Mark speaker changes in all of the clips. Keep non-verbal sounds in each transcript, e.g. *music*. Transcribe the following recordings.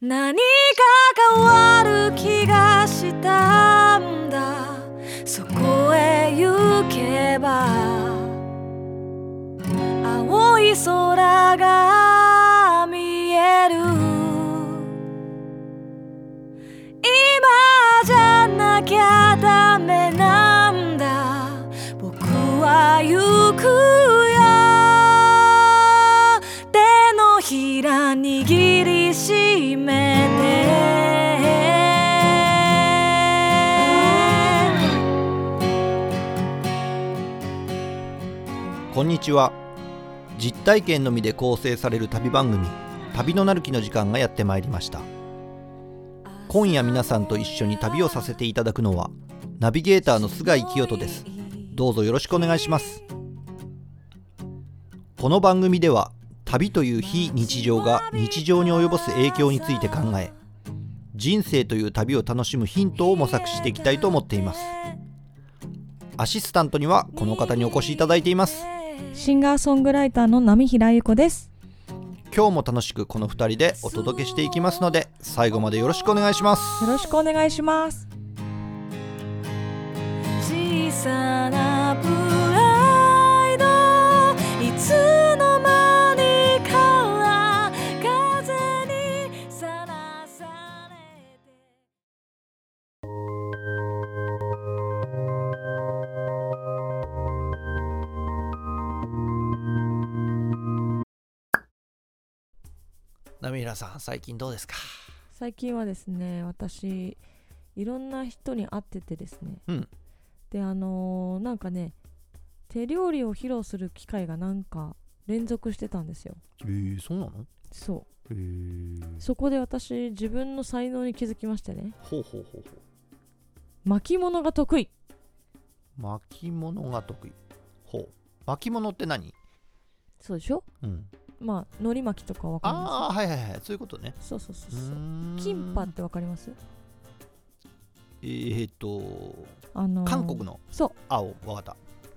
Speaker 1: 何か変わる気がしたんだそこへ行けば青い空が見える今じゃなきゃダメなんだ僕は行くよ手のひら握りしめて
Speaker 2: こんにちは実体験のみで構成される旅番組「旅のなる木」の時間がやってまいりました今夜皆さんと一緒に旅をさせていただくのはナビゲーターの菅井清人ですどうぞよろしくお願いしますこの番組では旅という非日常が日常に及ぼす影響について考え人生という旅を楽しむヒントを模索していきたいと思っていますアシスタントにはこの方にお越しいただいています
Speaker 3: シンガーソングライターの波平由子です。
Speaker 2: 今日も楽しくこの2人でお届けしていきますので最後までよろしくお願いします
Speaker 3: よろしくお願いします。
Speaker 1: 小さなプライドいつの間にか風にさらされて
Speaker 2: 波平さん最近どうですか
Speaker 3: 最近はですね、私いろんな人に会っててですね。
Speaker 2: うん
Speaker 3: で、あのーなんかね、手料理を披露する機会がなんか連続してたんですよ。
Speaker 2: えー、そうなの
Speaker 3: そ
Speaker 2: えー
Speaker 3: う。、そこで私自分の才能に気づきましてね。
Speaker 2: ほうほうほうほ
Speaker 3: 巻物が得意。
Speaker 2: う巻物が得意ほう巻物って何
Speaker 3: そうでしょ？
Speaker 2: うん
Speaker 3: まあ海苔巻きとかわかりま
Speaker 2: ああはいはいはいそういうことね
Speaker 3: す。そうそうそう
Speaker 2: う
Speaker 3: そう。
Speaker 2: ーん
Speaker 3: キンパってわかります？
Speaker 2: えー、っと
Speaker 3: あのー
Speaker 2: 韓国の
Speaker 3: そ
Speaker 2: 青わかった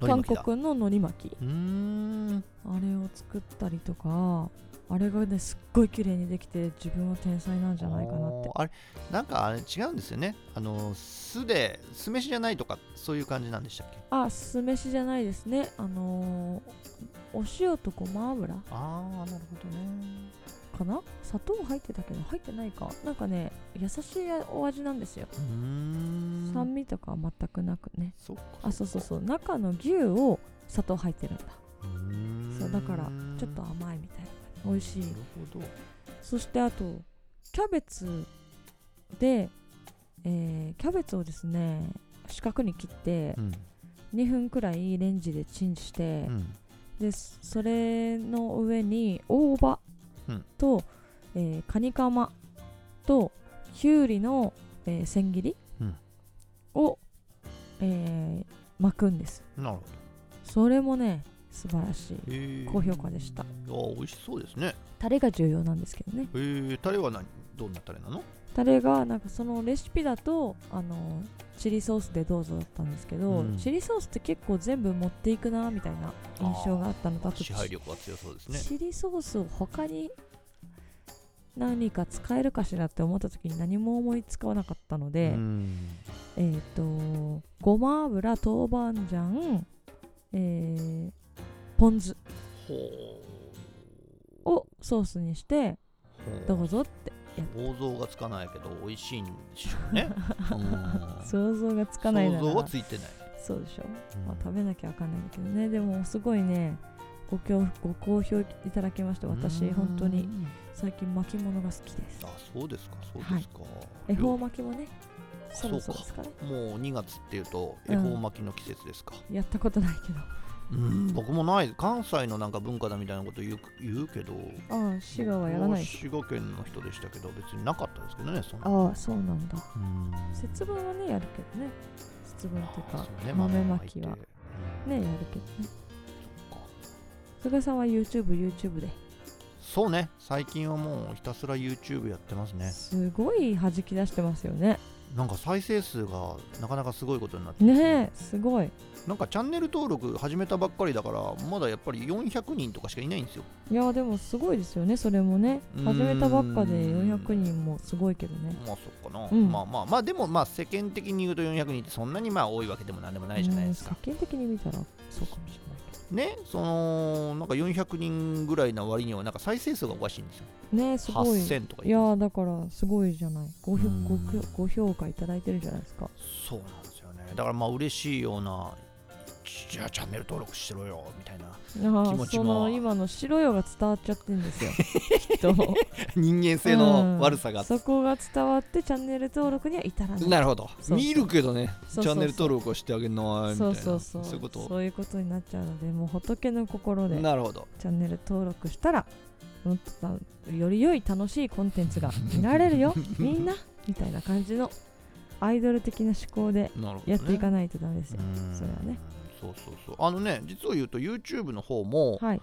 Speaker 3: う
Speaker 2: 海苔巻き
Speaker 3: 韓
Speaker 2: だ
Speaker 3: 国の海苔巻き。
Speaker 2: うーん
Speaker 3: あれを作ったりとかあれがねすっごい綺麗にできて自分は天才なんじゃないかなって
Speaker 2: あーあれなんかあれ違うんですよねあの酢で酢飯じゃないとかそういう感じなんでしたっけ
Speaker 3: あ酢飯じゃないですねあのーお塩とごま油
Speaker 2: ああなるほどね
Speaker 3: かな砂糖入ってたけど入ってないかなんかね優しいお味なんですよ
Speaker 2: うーん
Speaker 3: 酸味とかは全くなくね
Speaker 2: そっか
Speaker 3: あそうそうそう中の牛を砂糖入ってるんだ
Speaker 2: うーん
Speaker 3: そうだからちょっと甘いみたいな美味しい
Speaker 2: なるほど
Speaker 3: そしてあとキャベツで、えーキャベツをですね四角に切って
Speaker 2: うん
Speaker 3: 2分くらいレンジでチンして
Speaker 2: う、ん
Speaker 3: でそそれの上に大葉
Speaker 2: うん
Speaker 3: と、えーカニカマときゅうりの、えー千切り
Speaker 2: うん
Speaker 3: を、えー巻くんです
Speaker 2: なるほど
Speaker 3: それもね素晴らしい
Speaker 2: へー
Speaker 3: 高評価でした
Speaker 2: あー美味しそうですね
Speaker 3: タレが重要なんですけどね
Speaker 2: えー、タレは何どんなタレなの
Speaker 3: タレがなんかそのレシピだとあのチリソースでどうぞだったんですけど、
Speaker 2: うん
Speaker 3: チリソースって結構全部持っていくなみたいな印象があったのとあと
Speaker 2: 支配力は強そうですね
Speaker 3: チリソースを他に何か使えるかしらって思った時に何も思いつかなかったので、
Speaker 2: うん
Speaker 3: えっ、とごま油豆板醤、えーポン酢
Speaker 2: ほ
Speaker 3: をソースにして
Speaker 2: うほう
Speaker 3: どうぞって
Speaker 2: 想像がつかないけど美味しいんでしょうね
Speaker 3: *laughs*
Speaker 2: うん
Speaker 3: 想像がつかないなら
Speaker 2: 想像はついてない、
Speaker 3: そうでしょ
Speaker 2: うん
Speaker 3: まあ、食べなきゃわかんないんだけどねでもすごいねごきょうご好評いただきまして
Speaker 2: う
Speaker 3: 私
Speaker 2: ーん
Speaker 3: 本当に最近巻物が好きです
Speaker 2: あそうですかそうですか、
Speaker 3: 恵方巻きもねそ
Speaker 2: そう
Speaker 3: ろそろ
Speaker 2: か
Speaker 3: ですかね
Speaker 2: もう2月っていうと
Speaker 3: うん
Speaker 2: 恵方巻きの季節ですか、
Speaker 3: やったことないけど
Speaker 2: うん僕もない関西のなんか文化だみたいなこと言う言うけど
Speaker 3: ああ滋賀はやら
Speaker 2: 僕
Speaker 3: ない
Speaker 2: は滋賀県の人でしたけど別になかったですけどねそんな
Speaker 3: ああそうなんだ
Speaker 2: うん
Speaker 3: 節分はねやるけどね節分という
Speaker 2: あ
Speaker 3: か
Speaker 2: そうね
Speaker 3: 豆まきは
Speaker 2: 豆まいてうん
Speaker 3: ねやるけどね
Speaker 2: そっか
Speaker 3: 菅井さんは YouTubeYouTube で、
Speaker 2: そうね最近はもうひたすら YouTube やってますね
Speaker 3: すごい弾き出してますよね
Speaker 2: なんか再生数がなかなかすごいことになってます
Speaker 3: ねえすごい
Speaker 2: なんかチャンネル登録始めたばっかりだからまだやっぱり400人とかしかいないんですよ
Speaker 3: いやでもすごいですよねそれもね
Speaker 2: うーん
Speaker 3: 始めたばっかで400人もすごいけどね
Speaker 2: まあそっかな、
Speaker 3: うん
Speaker 2: まあまあまあでもまあ世間的に言うと400人ってそんなにまあ多いわけでもなんでもないじゃないですか、
Speaker 3: うん世間的に見たらそうかもしれないけ
Speaker 2: ねそのなんか400人ぐらいな割にはなんか再生数がおかしいんですよ
Speaker 3: どねえすごいい
Speaker 2: 8000とか言
Speaker 3: や
Speaker 2: って
Speaker 3: ーだからすごいじゃないごひょ
Speaker 2: うん
Speaker 3: ごきょご評価いただいてるじゃないですか
Speaker 2: そうなんですよねだからまあ嬉しいようなじゃあチャンネル登録しろよみたいな *laughs*
Speaker 3: あ
Speaker 2: 気
Speaker 3: あ
Speaker 2: 持ちも
Speaker 3: その今の白よが伝わっちゃってるんですよきっと
Speaker 2: 人間性の悪さが、
Speaker 3: そこが伝わってチャンネル登録には至らない
Speaker 2: なるほど
Speaker 3: そう
Speaker 2: 見るけどね
Speaker 3: そうそうそう
Speaker 2: チャンネル登録をしてあげないみたい
Speaker 3: そ
Speaker 2: な
Speaker 3: うそうそう
Speaker 2: いうこと
Speaker 3: そういうことになっちゃうのでもう仏の心で
Speaker 2: なるほど
Speaker 3: チャンネル登録したらもっとたより良い楽しいコンテンツが見られるよみんなみたいな感じのアイドル的な思考で
Speaker 2: なるほど、ね、
Speaker 3: やっていかないとダメですよ、
Speaker 2: うーん
Speaker 3: それはね
Speaker 2: そうそうそうあのね実を言うと YouTube の方も、
Speaker 3: はい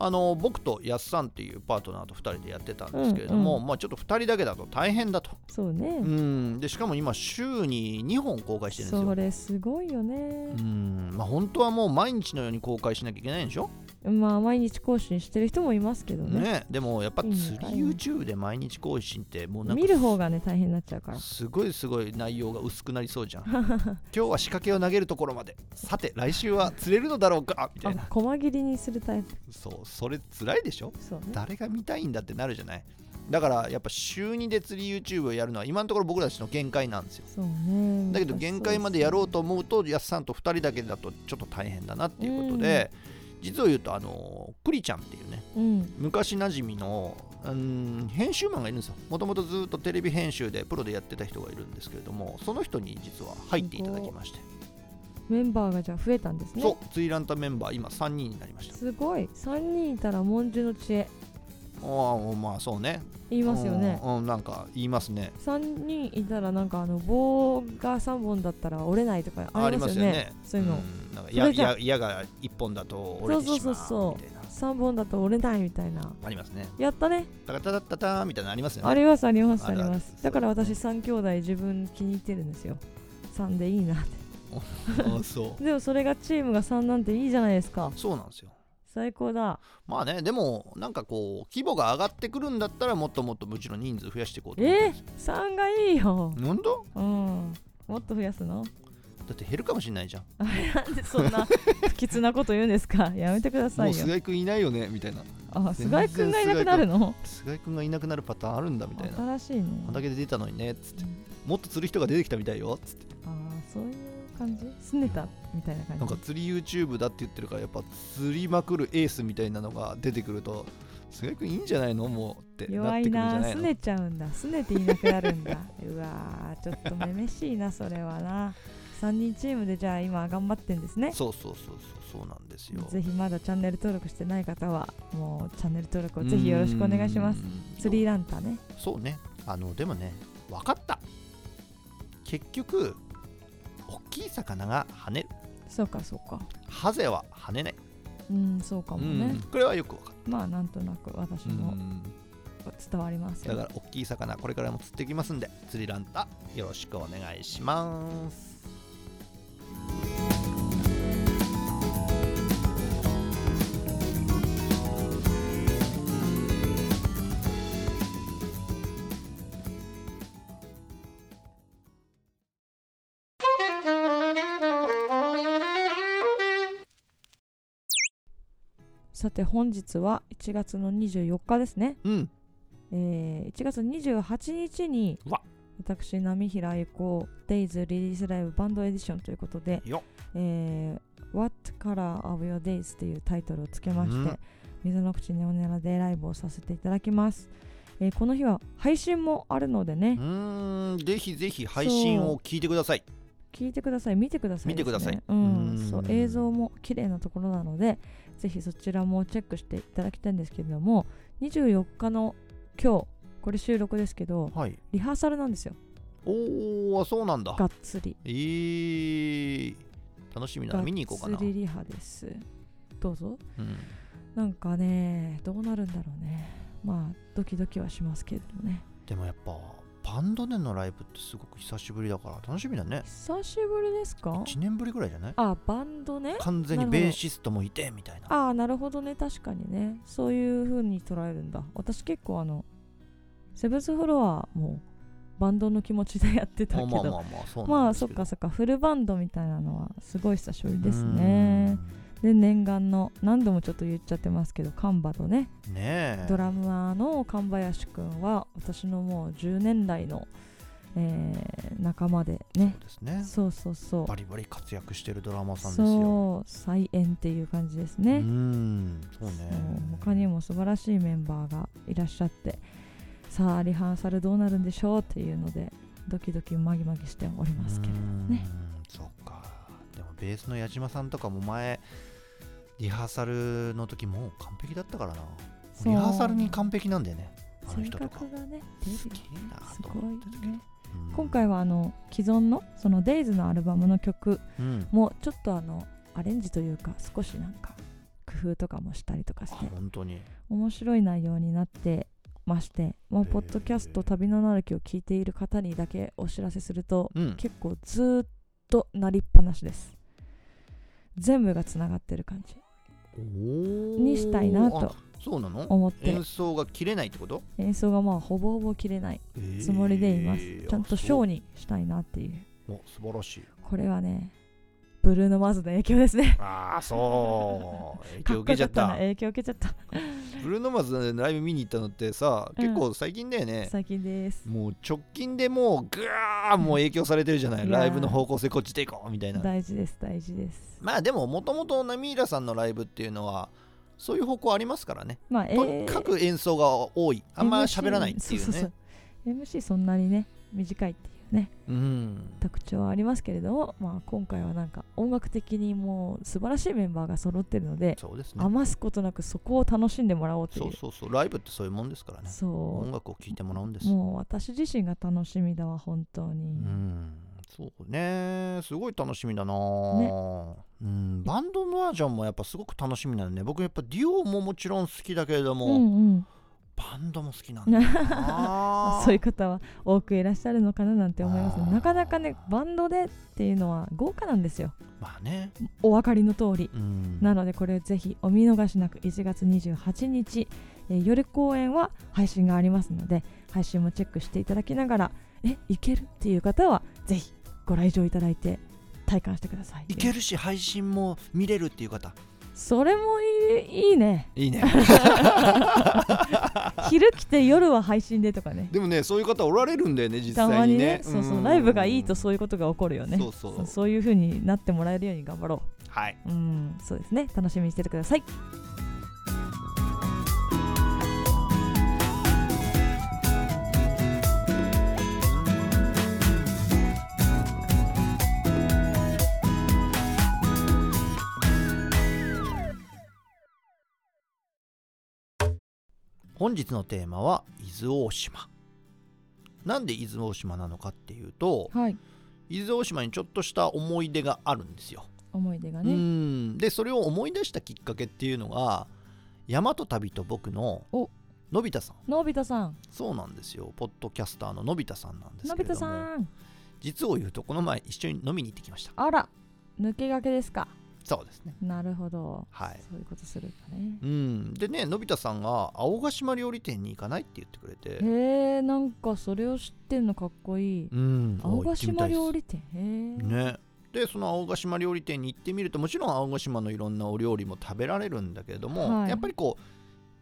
Speaker 2: あの僕とやっさんっていうパートナーと2人でやってたんですけれども、
Speaker 3: うん
Speaker 2: まあちょっと2人だけだと大変だと、
Speaker 3: そうね
Speaker 2: う、んでしかも今週に2本公開してるんです
Speaker 3: そ
Speaker 2: よ
Speaker 3: れすごいよね
Speaker 2: う、んまあ本当はもう毎日のように公開しなきゃいけないんでしょ
Speaker 3: まあ毎日更新してる人もいますけどね
Speaker 2: ねでもやっぱ釣り
Speaker 3: いいのかな
Speaker 2: YouTube で毎日更新ってもうなんか
Speaker 3: 見る方がね大変になっちゃうから
Speaker 2: すごいすごい内容が薄くなりそう
Speaker 3: *laughs*
Speaker 2: じゃん今日は仕掛けを投げるところまでさて来週は釣れるのだろうかみたい
Speaker 3: あ
Speaker 2: な
Speaker 3: 細切りにするタイプ
Speaker 2: そうそれ辛いでしょ
Speaker 3: そうね
Speaker 2: 誰が見たいんだってなるじゃないだからやっぱ週2で釣り YouTube をやるのは今のところ僕たちの限界なんですよ
Speaker 3: そうね
Speaker 2: だけど限界までやろうと思うとやっさんと2人だけだとちょっと大変だなっていうことで、実を言うとあのクリちゃんっていうね
Speaker 3: うん
Speaker 2: 昔なじみのうん編集マンがいるんですよもともとずっとテレビ編集でプロでやってた人がいるんですけれどもその人に実は入っていただきまして、
Speaker 3: メンバーがじゃあ増えたんですね
Speaker 2: そう釣りランタメンバー今3人になりました
Speaker 3: すごい3人いたら文殊の知恵
Speaker 2: ああまあそうね
Speaker 3: 言いますよね
Speaker 2: うんうんなんか言いますね
Speaker 3: 3人いたらなんかあの棒が3本だったら折れないとかありますよねそういうの、
Speaker 2: んなんか
Speaker 3: そ
Speaker 2: 矢
Speaker 3: れじゃ
Speaker 2: 矢矢が一本だと折れてしまうみたい
Speaker 3: そう
Speaker 2: な
Speaker 3: そうそうそう3本だと折れないみたいな
Speaker 2: ありますね
Speaker 3: やったね
Speaker 2: タカタタタターンみたいなのありますよね
Speaker 3: ありますあります
Speaker 2: あ
Speaker 3: あ
Speaker 2: る
Speaker 3: り
Speaker 2: ある
Speaker 3: ますだから私3兄弟自分気に入ってるんですよ3でいいなっ
Speaker 2: あ *laughs* そ
Speaker 3: てでもそれがチームが3なんていいじゃないですか
Speaker 2: うそうなんですよ
Speaker 3: 最高だ
Speaker 2: まあねでもなんかこう規模が上がってくるんだったらもっともっとむちろん人数増やしていこうと思って
Speaker 3: え
Speaker 2: んですよ
Speaker 3: 3がいいよ
Speaker 2: なんだ
Speaker 3: うんもっと増やすの *laughs*
Speaker 2: だって減るかもしれないじゃん
Speaker 3: なんでそんな不吉なこと言うんで
Speaker 2: *laughs*
Speaker 3: すかやめてくださ
Speaker 2: もう
Speaker 3: いよ
Speaker 2: 菅井君いないよねみたいな
Speaker 3: あ菅井くんがいなくなるの
Speaker 2: 菅井君がいなくなるパターンあるんだみたいな
Speaker 3: 新しいね
Speaker 2: こんだけで出たのにねつって
Speaker 3: うん
Speaker 2: もっと釣る人が出てきたみたいよつって
Speaker 3: ああそういう感じすねたみたいな感じ
Speaker 2: なんか釣り YouTube だって言ってるからやっぱ釣りまくるエースみたいなのが出てくると菅井君いいんじゃないのもうってな
Speaker 3: 弱
Speaker 2: っ
Speaker 3: い
Speaker 2: てくるんじゃ
Speaker 3: な
Speaker 2: ない
Speaker 3: す
Speaker 2: の
Speaker 3: ねちゃうんだすねていなくなるんだ *laughs* うわーちょっとめめしいなそれはな3人チームでじゃあ今頑張ってんですね
Speaker 2: そうそうそうそうそうなんですよ
Speaker 3: ぜひまだチャンネル登録してない方はもうチャンネル登録をぜひよろしくお願いします
Speaker 2: うーん
Speaker 3: スリーランターね
Speaker 2: そうねあのでもね分かった結局大きい魚が跳ねる
Speaker 3: そうかそうか
Speaker 2: ハゼは跳ねない、
Speaker 3: うんそうかもね
Speaker 2: うんこれはよく分かっ
Speaker 3: まあなんとなく私
Speaker 2: た、う
Speaker 3: も
Speaker 2: ん
Speaker 3: 伝わります
Speaker 2: だ
Speaker 3: よ
Speaker 2: から大きい魚これからも釣ってきますんで釣りランタよろしくお願いします
Speaker 3: さて本日は1月の24日ですね
Speaker 2: うん
Speaker 3: えー1月28日に
Speaker 2: うわ
Speaker 3: 私波平英子 Days リリースライブバンドエディションということで
Speaker 2: よ
Speaker 3: 「えー What Color of Your Days」というタイトルをつけまして、
Speaker 2: うん
Speaker 3: 水の口ネオネラでライブをさせていただきます、えーこの日は配信もあるのでね
Speaker 2: う、ーんぜひぜひ配信を聞いてください
Speaker 3: 聞いてください見てください、
Speaker 2: 見てください、
Speaker 3: うん
Speaker 2: うん
Speaker 3: そう映像も綺麗なところなのでぜひそちらもチェックしていただきたいんですけれども24日の今日これ収録ですけど
Speaker 2: はい
Speaker 3: リハーサルなんですよ
Speaker 2: おおそうなんだ
Speaker 3: がっつり
Speaker 2: えー、楽しみだな見に行こうか
Speaker 3: がっ
Speaker 2: な、
Speaker 3: つりリハですどうぞ
Speaker 2: うん
Speaker 3: なんかねどうなるんだろうねまあドキドキはしますけれどもね
Speaker 2: でもやっぱバンドでのライブってすごく久しぶりだから楽しみだね
Speaker 3: 久しぶりですか
Speaker 2: 1年ぶりぐらいじゃない
Speaker 3: あバンドね
Speaker 2: 完全にベーシストもいてみたいな
Speaker 3: ああなるほどね確かにねそういう風に捉えるんだ私結構あのセブンスフロアもバンドの気持ちでやってた
Speaker 2: ま
Speaker 3: け
Speaker 2: あ
Speaker 3: ど
Speaker 2: まあまあまあそう
Speaker 3: ま
Speaker 2: なん
Speaker 3: あ
Speaker 2: です
Speaker 3: そっ
Speaker 2: けど
Speaker 3: かそっかフルバンドみたいなのはすごい久しぶりです
Speaker 2: う
Speaker 3: ねで念願の何度もちょっと言っちゃってますけどカンバとね
Speaker 2: ーんねえ
Speaker 3: ドラマーの神林くんは私のもう10年来の、えー仲間でね
Speaker 2: そうですね
Speaker 3: そうそうそう
Speaker 2: バリバリ活躍してるドラマーさんですよ
Speaker 3: そう再演っていう感じです
Speaker 2: う
Speaker 3: ね、
Speaker 2: ーんそうね
Speaker 3: そう他にも素晴らしいメンバーがいらっしゃってさあリハーサルどうなるんでしょうっていうのでドキドキマギマギしておりますけどね
Speaker 2: うーんそうかでもベースの矢島さんとかも前リハーサルの時もう完璧だったからな
Speaker 3: そう
Speaker 2: リハーサルに完璧なんだよねあの
Speaker 3: 性
Speaker 2: 人とか
Speaker 3: 格がね出
Speaker 2: す
Speaker 3: る
Speaker 2: げえな
Speaker 3: す
Speaker 2: と
Speaker 3: ご
Speaker 2: 思ってたけ
Speaker 3: い
Speaker 2: ど
Speaker 3: ね
Speaker 2: うん
Speaker 3: 今回はあの既存のその Days のアルバムの曲
Speaker 2: うん
Speaker 3: もちょっとあのアレンジというか少しなんか工夫とかもしたりとか
Speaker 2: あ
Speaker 3: して
Speaker 2: 本当に
Speaker 3: 面白い内容になってまして、まあ、
Speaker 2: へー
Speaker 3: ポッドキャスト「旅のなるき」を聞いている方にだけお知らせすると
Speaker 2: うん
Speaker 3: 結構ずーっと鳴りっぱなしです全部がつながってる感じに
Speaker 2: に
Speaker 3: したいなと
Speaker 2: そうなの
Speaker 3: 思って
Speaker 2: 演奏が切れないってこと
Speaker 3: 演奏がまあほぼほぼ切れないつもりでいます、ちゃんとショーにしたいなっていう
Speaker 2: ーお素晴らしい
Speaker 3: これはねブルーノ・マーズの影響ですね
Speaker 2: ああそう影
Speaker 3: *laughs* か
Speaker 2: 響受
Speaker 3: っこ
Speaker 2: け
Speaker 3: よ
Speaker 2: ち
Speaker 3: か
Speaker 2: ゃ
Speaker 3: っ
Speaker 2: った
Speaker 3: な
Speaker 2: た
Speaker 3: 影響受けちゃった
Speaker 2: ブルーノマーズのライブ見に行ったのってさ
Speaker 3: うん
Speaker 2: 結構最近だよね、
Speaker 3: 最近です
Speaker 2: もう直近でもうぐわーもう影響されてるじゃないい
Speaker 3: やー
Speaker 2: ライブの方向性こっちでいこうみたいな
Speaker 3: 大事です大事です
Speaker 2: まあでももともとナミーラさんのライブっていうのはそういう方向ありますからね
Speaker 3: まあえ
Speaker 2: とにかく演奏が多いあんま喋らないっていうね
Speaker 3: MC そうそうそう MC そんなにね短いっていうね
Speaker 2: うん
Speaker 3: 特徴はありますけれども、まあ、今回はなんか音楽的にもう素晴らしいメンバーが揃ってるので
Speaker 2: そうですね
Speaker 3: 余すことなくそこを楽しんでもらおうという
Speaker 2: そうそうそうライブってそういうもんですからね
Speaker 3: そう
Speaker 2: 音楽を聴いてもらうんです
Speaker 3: もう私自身が楽しみだわ本当に、
Speaker 2: うんそうねすごい楽しみだな、うん、バンドバージョンもやっぱすごく楽しみなのね僕やっぱデュオももちろん好きだけれども、
Speaker 3: うんうん
Speaker 2: バンドも好きなんだよ *laughs* な
Speaker 3: そういう方は多くいらっしゃるのかななんて思います
Speaker 2: あー
Speaker 3: なかなかねバンドでっていうのは豪華なんですよ
Speaker 2: まあね、
Speaker 3: お分かりの通り
Speaker 2: うん、
Speaker 3: なのでこれぜひお見逃しなく1月28日、えー夜公演は配信がありますので配信もチェックしていただきながらえいけるっていう方はぜひご来場いただいて体感してください
Speaker 2: いけるし配信も見れるっていう方
Speaker 3: それもいいいいね
Speaker 2: いいね *laughs*
Speaker 3: 昼来て夜は配信でとかね
Speaker 2: でもねそういう方おられるんだよね実
Speaker 3: たま
Speaker 2: 際に
Speaker 3: に
Speaker 2: ね
Speaker 3: ねそうそ
Speaker 2: ん
Speaker 3: うライブがいいとそういうことが起こるよね
Speaker 2: そうそう
Speaker 3: そうそういう風になってもらえるように頑張ろ
Speaker 2: はいう
Speaker 3: うんそうですね楽しみにしててください
Speaker 2: 本日のテーマは伊豆大島なんで伊豆大島なのかっていうと
Speaker 3: はい
Speaker 2: 伊豆大島にちょっとした思い出があるんですよ、
Speaker 3: 思い出が
Speaker 2: う
Speaker 3: ね
Speaker 2: んでそれを思い出したきっかけっていうのが大和旅と僕の
Speaker 3: お
Speaker 2: のび太さん
Speaker 3: のび太さん
Speaker 2: そうなんですよポッドキャスターののび太さんなんです
Speaker 3: の
Speaker 2: け
Speaker 3: び
Speaker 2: れ
Speaker 3: 太
Speaker 2: ども
Speaker 3: さん
Speaker 2: 実を言うとこの前一緒に飲みに行ってきました
Speaker 3: あら抜け駆けですか
Speaker 2: そうですね
Speaker 3: なるほど
Speaker 2: はい
Speaker 3: そういうことするんだね
Speaker 2: うんでねのび太さんが青ヶ島料理店に行かないって言ってくれて
Speaker 3: へえんかそれを知ってんのかっこいい
Speaker 2: うん
Speaker 3: 青ヶ島料
Speaker 2: 理
Speaker 3: 理店へえ
Speaker 2: ねでその青ヶ島料理店に行ってみるともちろん青ヶ島のいろんなお料理も食べられるんだけれども、
Speaker 3: はい
Speaker 2: やっぱりこう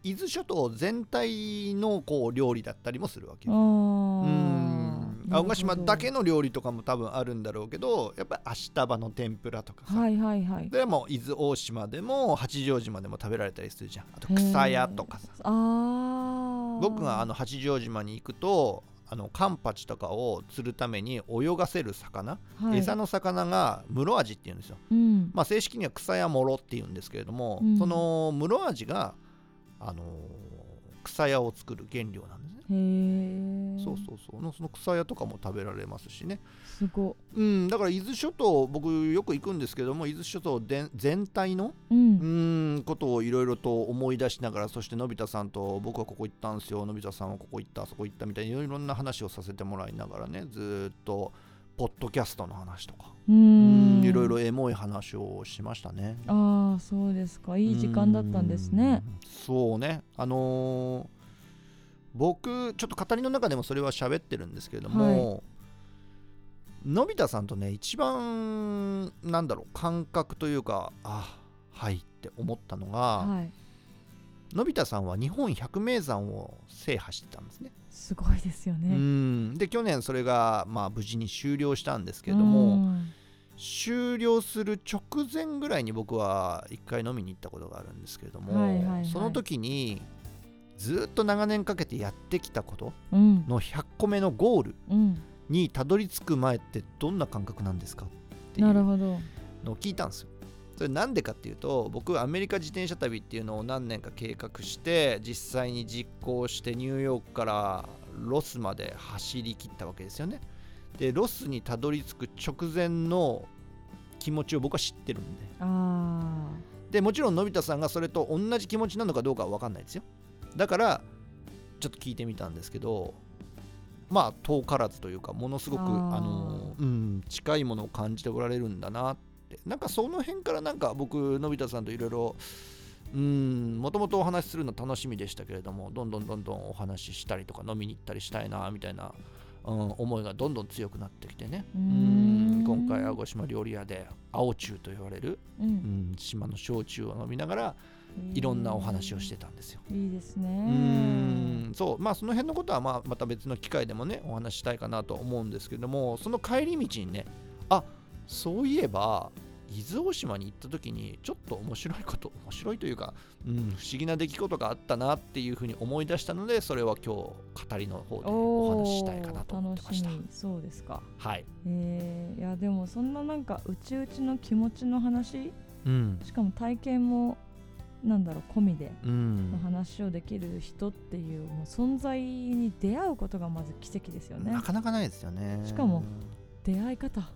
Speaker 2: 伊豆諸島全体のこう料理だったりもするわけ
Speaker 3: あ
Speaker 2: よう
Speaker 3: ー
Speaker 2: ん青ヶ島だけ
Speaker 3: な
Speaker 2: の
Speaker 3: る
Speaker 2: 料理とかも多分あるんだろうけどやっぱり足束の天ぷらとか
Speaker 3: ほ
Speaker 2: さ、
Speaker 3: どはいはいはい
Speaker 2: でもう伊豆大島でも八丈島でも食べられたりするじゃんあと
Speaker 3: へー
Speaker 2: 草屋とかさ
Speaker 3: ああ
Speaker 2: 僕があの八丈島に行くとあのカンパチとかを釣るために泳がせる魚、
Speaker 3: はい
Speaker 2: 餌の魚が室味っていうんですよ、
Speaker 3: うん
Speaker 2: まあ、正式には草屋もろっていうんですけれども、
Speaker 3: うん
Speaker 2: その室味が、あのー草屋を作る原料なんですね
Speaker 3: へえ
Speaker 2: そうそうそうのその草屋とかも食べられますしね
Speaker 3: すご
Speaker 2: うんだから伊豆諸島僕よく行くんですけども伊豆諸島で全体のう
Speaker 3: う
Speaker 2: んーんことをいろいろと思い出しながらそしてのび太さんと僕はここ行ったんですよのび太さんはここ行ったあそこ行ったみたいにいろんな話をさせてもらいながらねずーっとポッドキャストの話とか
Speaker 3: う
Speaker 2: うん
Speaker 3: ん
Speaker 2: いろいろエモい話をしましたね。
Speaker 3: ああそうですかいい時間だったんですね
Speaker 2: うん。そうね。あのー僕ちょっと語りの中でもそれは喋ってるんですけれども、のび太さんとね一番なんだろう感覚というかあはいって思ったのが、
Speaker 3: はい
Speaker 2: のび太さんは日本百名山を制覇してたんですね。
Speaker 3: すごいですよ
Speaker 2: う
Speaker 3: ね
Speaker 2: んで去年それがまあ無事に終了したんですけれども。
Speaker 3: うん
Speaker 2: 終了する直前ぐらいに僕は一回飲みに行ったことがあるんですけれども、
Speaker 3: はいはいはい
Speaker 2: その時にずっと長年かけてやってきたこと
Speaker 3: うん
Speaker 2: の100個目のゴール
Speaker 3: うん
Speaker 2: にたどり着く前ってどんな感覚なんですかっていう
Speaker 3: なる
Speaker 2: の
Speaker 3: ほど
Speaker 2: を聞いたんですよ。それなんでかっていうと僕アメリカ自転車旅っていうのを何年か計画して実際に実行してニューヨークからロスまで走り切ったわけですよね。でロスにたどり着く直前の気持ちを僕は知ってるんで
Speaker 3: あ
Speaker 2: でもちろんのび太さんがそれと同じ気持ちなのかどうかは分かんないですよだからちょっと聞いてみたんですけどまあ遠からずというかものすごく
Speaker 3: あ
Speaker 2: あ
Speaker 3: ー
Speaker 2: の、うん、近いものを感じておられるんだなってなんかその辺からなんか僕のび太さんといろいろうんもともとお話しするの楽しみでしたけれどもどんどんどんどんお話ししたりとか飲みに行ったりしたいなみたいな、うん、思いがどんどん強くなってきてね
Speaker 3: うーん
Speaker 2: うん今回青島料理屋で青中と言われる
Speaker 3: あう
Speaker 2: うんん、島の焼酎を飲みながらいろんなお話をしてたんですよ。
Speaker 3: いいです
Speaker 2: うー
Speaker 3: ね
Speaker 2: んそうまあその辺のことはまあまた別の機会でもねお話ししたいかなと思うんですけどもその帰り道にねあそういえば伊豆大島に行った時にちょっと面白いこと面白いというか、うん、不思議な出来事があったなっていうふうに思い出したのでそれは今日語りの方でお話ししたいかなと思ってました
Speaker 3: おー。楽しみそうですか
Speaker 2: はい、
Speaker 3: えー、いやでもそんななんかうちうちの気持ちの話
Speaker 2: うん
Speaker 3: しかも体験もなんだろう込みで
Speaker 2: うん
Speaker 3: の話をできる人っていうもう存在に出会うことがまず奇跡ですよね
Speaker 2: なかなかないですよね。
Speaker 3: しかも出会い方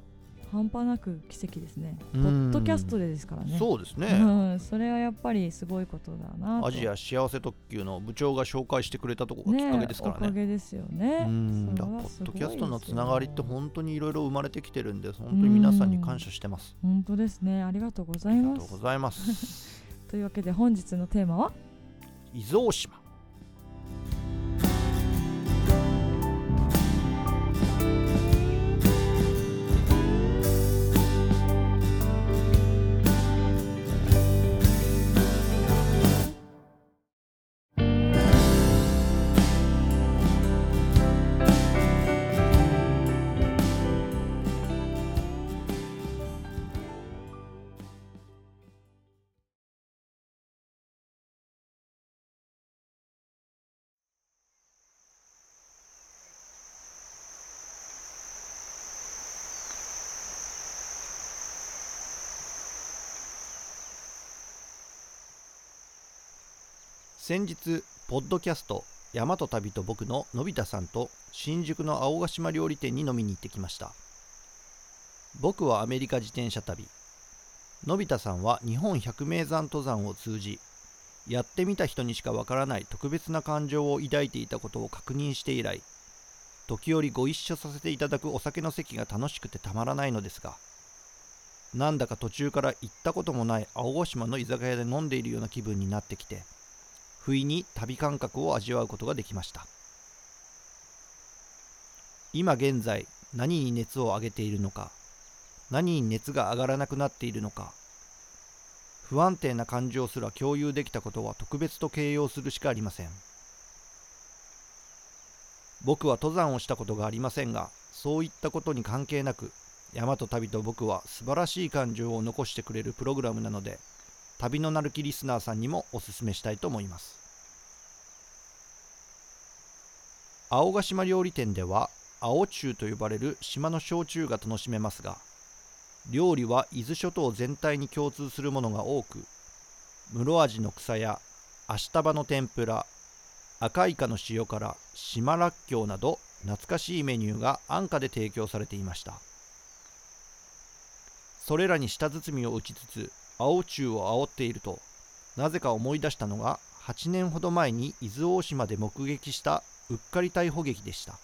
Speaker 3: 半端なく奇跡ですねポ
Speaker 2: うん
Speaker 3: ッドキャストでですからね
Speaker 2: そうですね、
Speaker 3: うん、それはやっぱりすごいことだなと
Speaker 2: アジア幸せ特急の部長が紹介してくれたとこがきっかけですから
Speaker 3: えお
Speaker 2: ね。
Speaker 3: かげですよね
Speaker 2: うんだ
Speaker 3: そ
Speaker 2: か
Speaker 3: れ
Speaker 2: ら
Speaker 3: は
Speaker 2: ポ
Speaker 3: す
Speaker 2: ッ
Speaker 3: ご
Speaker 2: ド
Speaker 3: い
Speaker 2: キャストの
Speaker 3: です
Speaker 2: つ
Speaker 3: よ
Speaker 2: ながりって本当にいろいろ生まれてきてるんで本当に皆さんに感謝してます。
Speaker 3: 本当ですねありがとうござ
Speaker 2: あ
Speaker 3: い
Speaker 2: りが
Speaker 3: ま
Speaker 2: とう
Speaker 3: す
Speaker 2: ございます。
Speaker 3: というわけで本日のテーマは
Speaker 2: 伊豆大島先日ポッドキャスト「山と旅と僕」ののび太さんと新宿の青ヶ島料理店に飲みに行ってきました僕はアメリカ自転車旅のび太さんは日本百名山登山を通じやってみた人にしかわからない特別な感情を抱いていたことを確認して以来時折ご一緒させていただくお酒の席が楽しくてたまらないのですがなんだか途中から行ったこともない青ヶ島の居酒屋で飲んでいるような気分になってきて不意に旅感覚を味わうことができました今現在何に熱を上げているのか何に熱が上がらなくなっているのか不安定な感情すら共有できたことは特別と形容するしかありません僕は登山をしたことがありませんがそういったことに関係なく山と旅と僕は素晴らしい感情を残してくれるプログラムなので旅のなるきリスナーさんにもおすすめしたいと思います青ヶ島料理店では青中と呼ばれる島の焼酎が楽しめますが料理は伊豆諸島全体に共通するものが多く室味の草やアシタバの天ぷら赤イカの塩から島らっきょうなど懐かしいメニューが安価で提供されていましたそれらに舌包みを打ちつつ青宙を煽っているとなぜか思い出したのが8年ほど前に伊豆大島で目撃したうっかり逮捕劇でした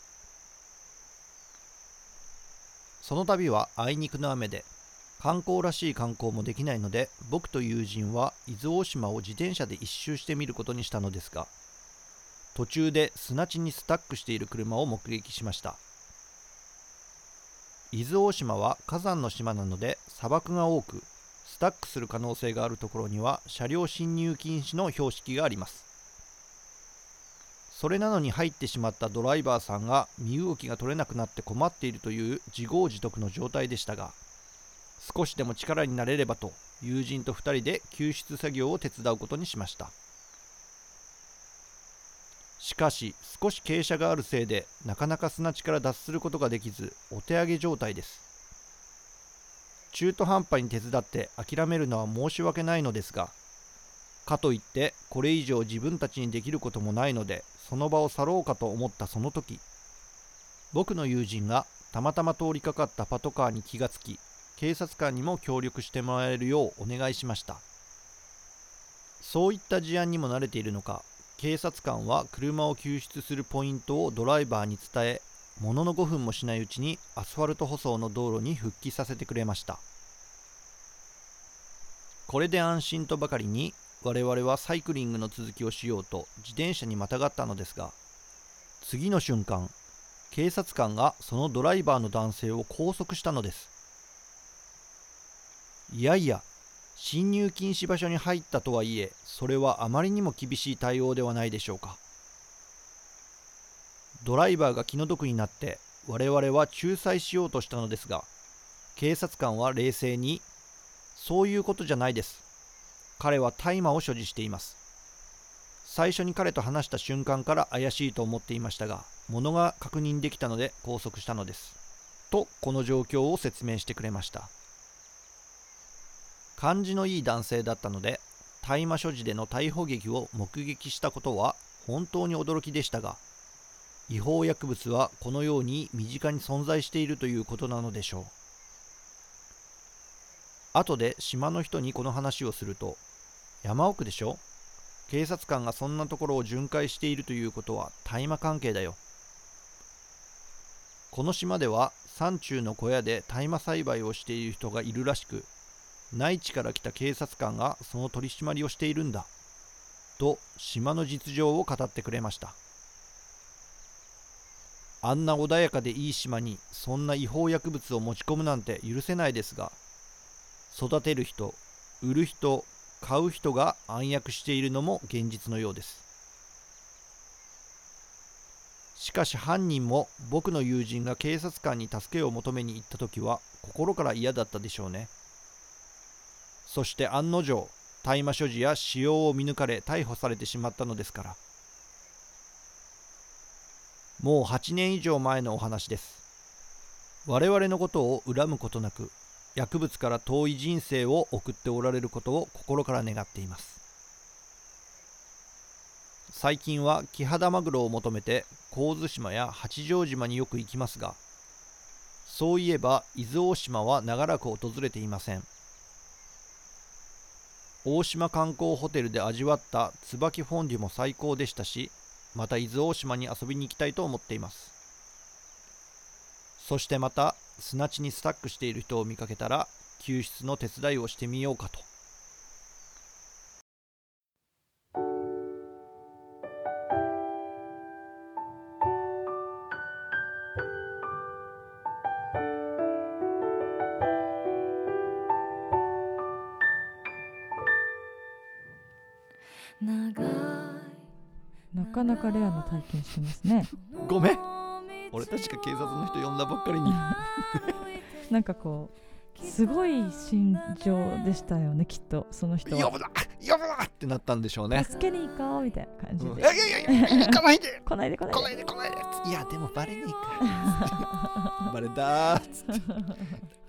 Speaker 2: その度はあいにくの雨で観光らしい観光もできないので僕と友人は伊豆大島を自転車で一周してみることにしたのですが途中で砂地にスタックしている車を目撃しました伊豆大島は火山の島なので砂漠が多くスタックする可能性があるところには車両進入禁止の標識がありますそれなのに入ってしまったドライバーさんが身動きが取れなくなって困っているという自業自得の状態でしたが少しでも力になれればと友人と2人で救出作業を手伝うことにしましたしかし少し傾斜があるせいでなかなか砂地から脱することができずお手上げ状態です中途半端に手伝って諦めるのは申し訳ないのですがかといってこれ以上自分たちにできることもないのでその場を去ろうかと思ったその時僕の友人がたまたま通りかかったパトカーに気がつき警察官にも協力してもらえるようお願いしましたそういった事案にも慣れているのか警察官は車を救出するポイントをドライバーに伝えものの5分もしないうちにアスファルト舗装の道路に復帰させてくれましたこれで安心とばかりに我々はサイクリングの続きをしようと自転車にまたがったのですが次の瞬間警察官がそのドライバーの男性を拘束したのですいやいや、侵入禁止場所に入ったとはいえ、それはあまりにも厳しい対応ではないでしょうか。ドライバーが気の毒になって、我々は仲裁しようとしたのですが、警察官は冷静に、そういうことじゃないです。彼は大麻を所持しています。最初に彼と話した瞬間から怪しいと思っていましたが、物が確認できたので拘束したのです。と、この状況を説明してくれました。感じのいい男性だったので大麻所持での逮捕劇を目撃したことは本当に驚きでしたが違法薬物はこのように身近に存在しているということなのでしょう後で島の人にこの話をすると山奥でしょ警察官がそんなところを巡回しているということは大麻関係だよこの島では山中の小屋で大麻栽培をしている人がいるらしく内地から来た警察官がその取り締まりをしているんだと島の実情を語ってくれましたあんな穏やかでいい島にそんな違法薬物を持ち込むなんて許せないですが育てる人売る人買う人が暗躍しているのも現実のようですしかし犯人も僕の友人が警察官に助けを求めに行った時は心から嫌だったでしょうねそして案の定、大麻所持や使用を見抜かれ逮捕されてしまったのですから。もう8年以上前のお話です。我々のことを恨むことなく、薬物から遠い人生を送っておられることを心から願っています。最近はキハダマグロを求めて神津島や八丈島によく行きますが、そういえば伊豆大島は長らく訪れていません。大島観光ホテルで味わった椿フォンデュも最高でしたしまた伊豆大島に遊びに行きたいと思っていますそしてまた砂地にスタックしている人を見かけたら救出の手伝いをしてみようかと
Speaker 1: 長い
Speaker 3: なかなかレアな体験してますね
Speaker 2: ごめん俺確か警察の人呼んだばっかりに
Speaker 3: なんかこうすごい心情でしたよねきっとその人
Speaker 2: 呼
Speaker 3: は
Speaker 2: ぶな呼ぶなってなったんでしょうね、
Speaker 3: 助けに行こうみたいな感じで、
Speaker 2: うんいやいやいやいや行かないで
Speaker 3: 来ないで来ないで
Speaker 2: 来ないで来ないでいやでもバレねえかバレたーっつっ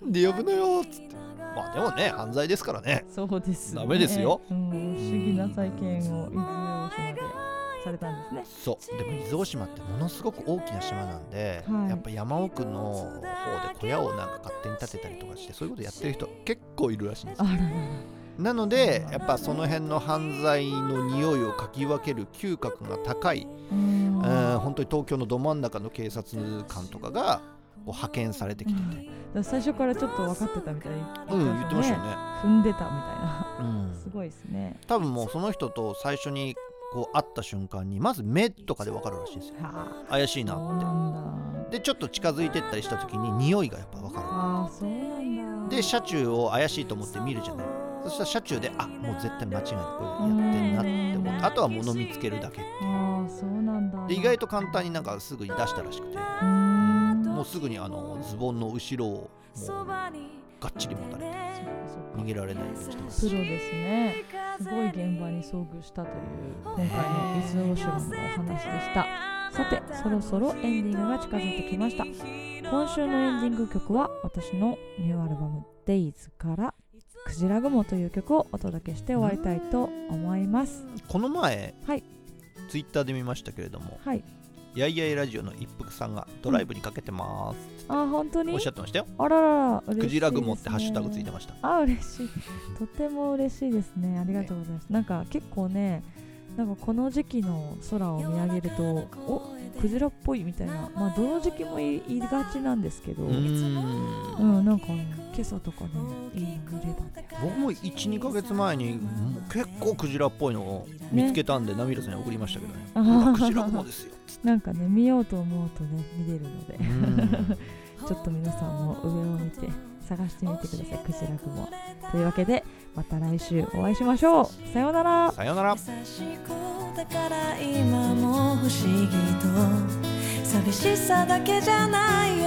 Speaker 2: てで呼ぶのよーっつってまあでもね犯罪ですからね
Speaker 3: そうです、ね、
Speaker 2: ダメですよ、
Speaker 3: うん、不思議な体験を伊豆大島でさされたんですね。
Speaker 2: そうでも伊豆大島ってものすごく大きな島なんで、
Speaker 3: はい
Speaker 2: やっぱ山奥の方で小屋をなんか勝手に建てたりとかしてそういうことやってる人結構いるらしいんです
Speaker 3: あ
Speaker 2: よ
Speaker 3: ららら
Speaker 2: なのでやっぱその辺の犯罪の匂いをかき分ける嗅覚が高い、
Speaker 3: うん
Speaker 2: うん、本当に東京のど真ん中の警察官とかがこう派遣されてきてて、
Speaker 3: だから最初からちょっと分かってたみたいに
Speaker 2: うん、言ってましたよね。
Speaker 3: 踏んでたみたいな
Speaker 2: うん、
Speaker 3: すごいですね。
Speaker 2: 多分もうその人と最初にこう会った瞬間にまず目とかで分かるらしいんですよ
Speaker 3: は
Speaker 2: 怪しい
Speaker 3: あ、そう
Speaker 2: *laughs* な
Speaker 3: なんだ。
Speaker 2: でちょっと近づいてったりした時に匂いがやっぱ分か
Speaker 3: ああ、そうなん
Speaker 2: る
Speaker 3: だ。
Speaker 2: で車中を怪しいと思って見るじゃないそしたら車中であもう絶対間違いなくやってんなって思ってあとは物見つけるだけ
Speaker 3: ああ、そうなんだ。
Speaker 2: で意外と簡単になんかすぐに出したらしくて
Speaker 3: うーん。
Speaker 2: *laughs* もうすぐにあのズボンの後ろをもうがっちり持たれて
Speaker 3: そっか
Speaker 2: 逃げられないようにしてます
Speaker 3: プロですね。すごい現場に遭遇したという今回の伊豆大島のお話でした。さて、そろそろエンディングが近づいてきました。今週のエンディング曲は私のニューアルバム「Days」から「クジラ雲」という曲をお届けして終わりたいと思います。
Speaker 2: この前、
Speaker 3: はい
Speaker 2: ツイッターで見ましたけれども
Speaker 3: はい。
Speaker 2: やいやいラジオの一服さんがドライブにかけてます
Speaker 3: あ、本当
Speaker 2: お
Speaker 3: に
Speaker 2: っしゃってましたよ
Speaker 3: あららら、嬉しいですね
Speaker 2: クジラ雲ってハッシュタグついてました
Speaker 3: あ嬉しいとても嬉しいですねありがとうございます、なんか結構ねなんかこの時期の空を見上げるとおクジラっぽいみたいなまあどの時期もいいがちなんですけど
Speaker 2: う
Speaker 3: うん、
Speaker 2: ーん
Speaker 3: なんかね今朝とかねいいの見ればね
Speaker 2: 僕も12ヶ月前にもう結構クジラっぽいのを見つけたんで、ナミルさんに送りましたけどね
Speaker 3: あ
Speaker 2: う
Speaker 3: は
Speaker 2: わクジラ雲
Speaker 3: は
Speaker 2: ですよつって
Speaker 3: なんかね見ようと思うとね見れるので
Speaker 2: うーん
Speaker 3: ちょっと皆さんも上を見て探してみてくださいクジラ雲というわけでまた来週お会いしましょうさようなら
Speaker 2: さよなら
Speaker 1: 優しくだから今も不思議と寂しさだけじゃないよ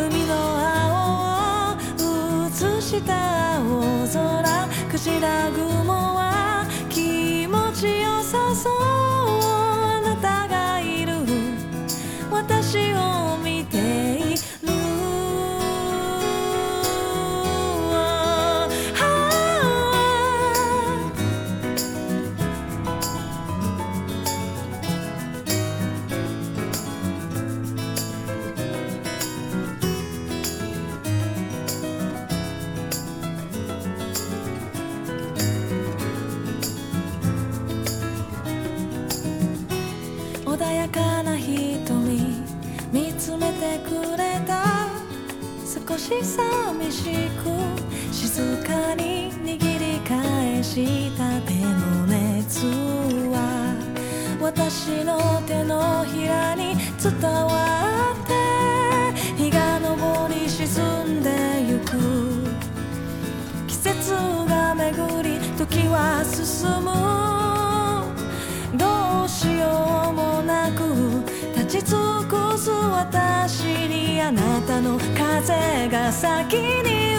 Speaker 1: 海の青を映した青空クジラ雲は気持ちよさそうあなたがいる私を見ているああ穏やかな瞳見つめてくれた少し寂しく静かに握り返した手の熱は私の手のひらに伝わって日が昇り沈んでゆく季節が巡り時は進むどうしようもなく立ち尽くす私にあなたの風が先に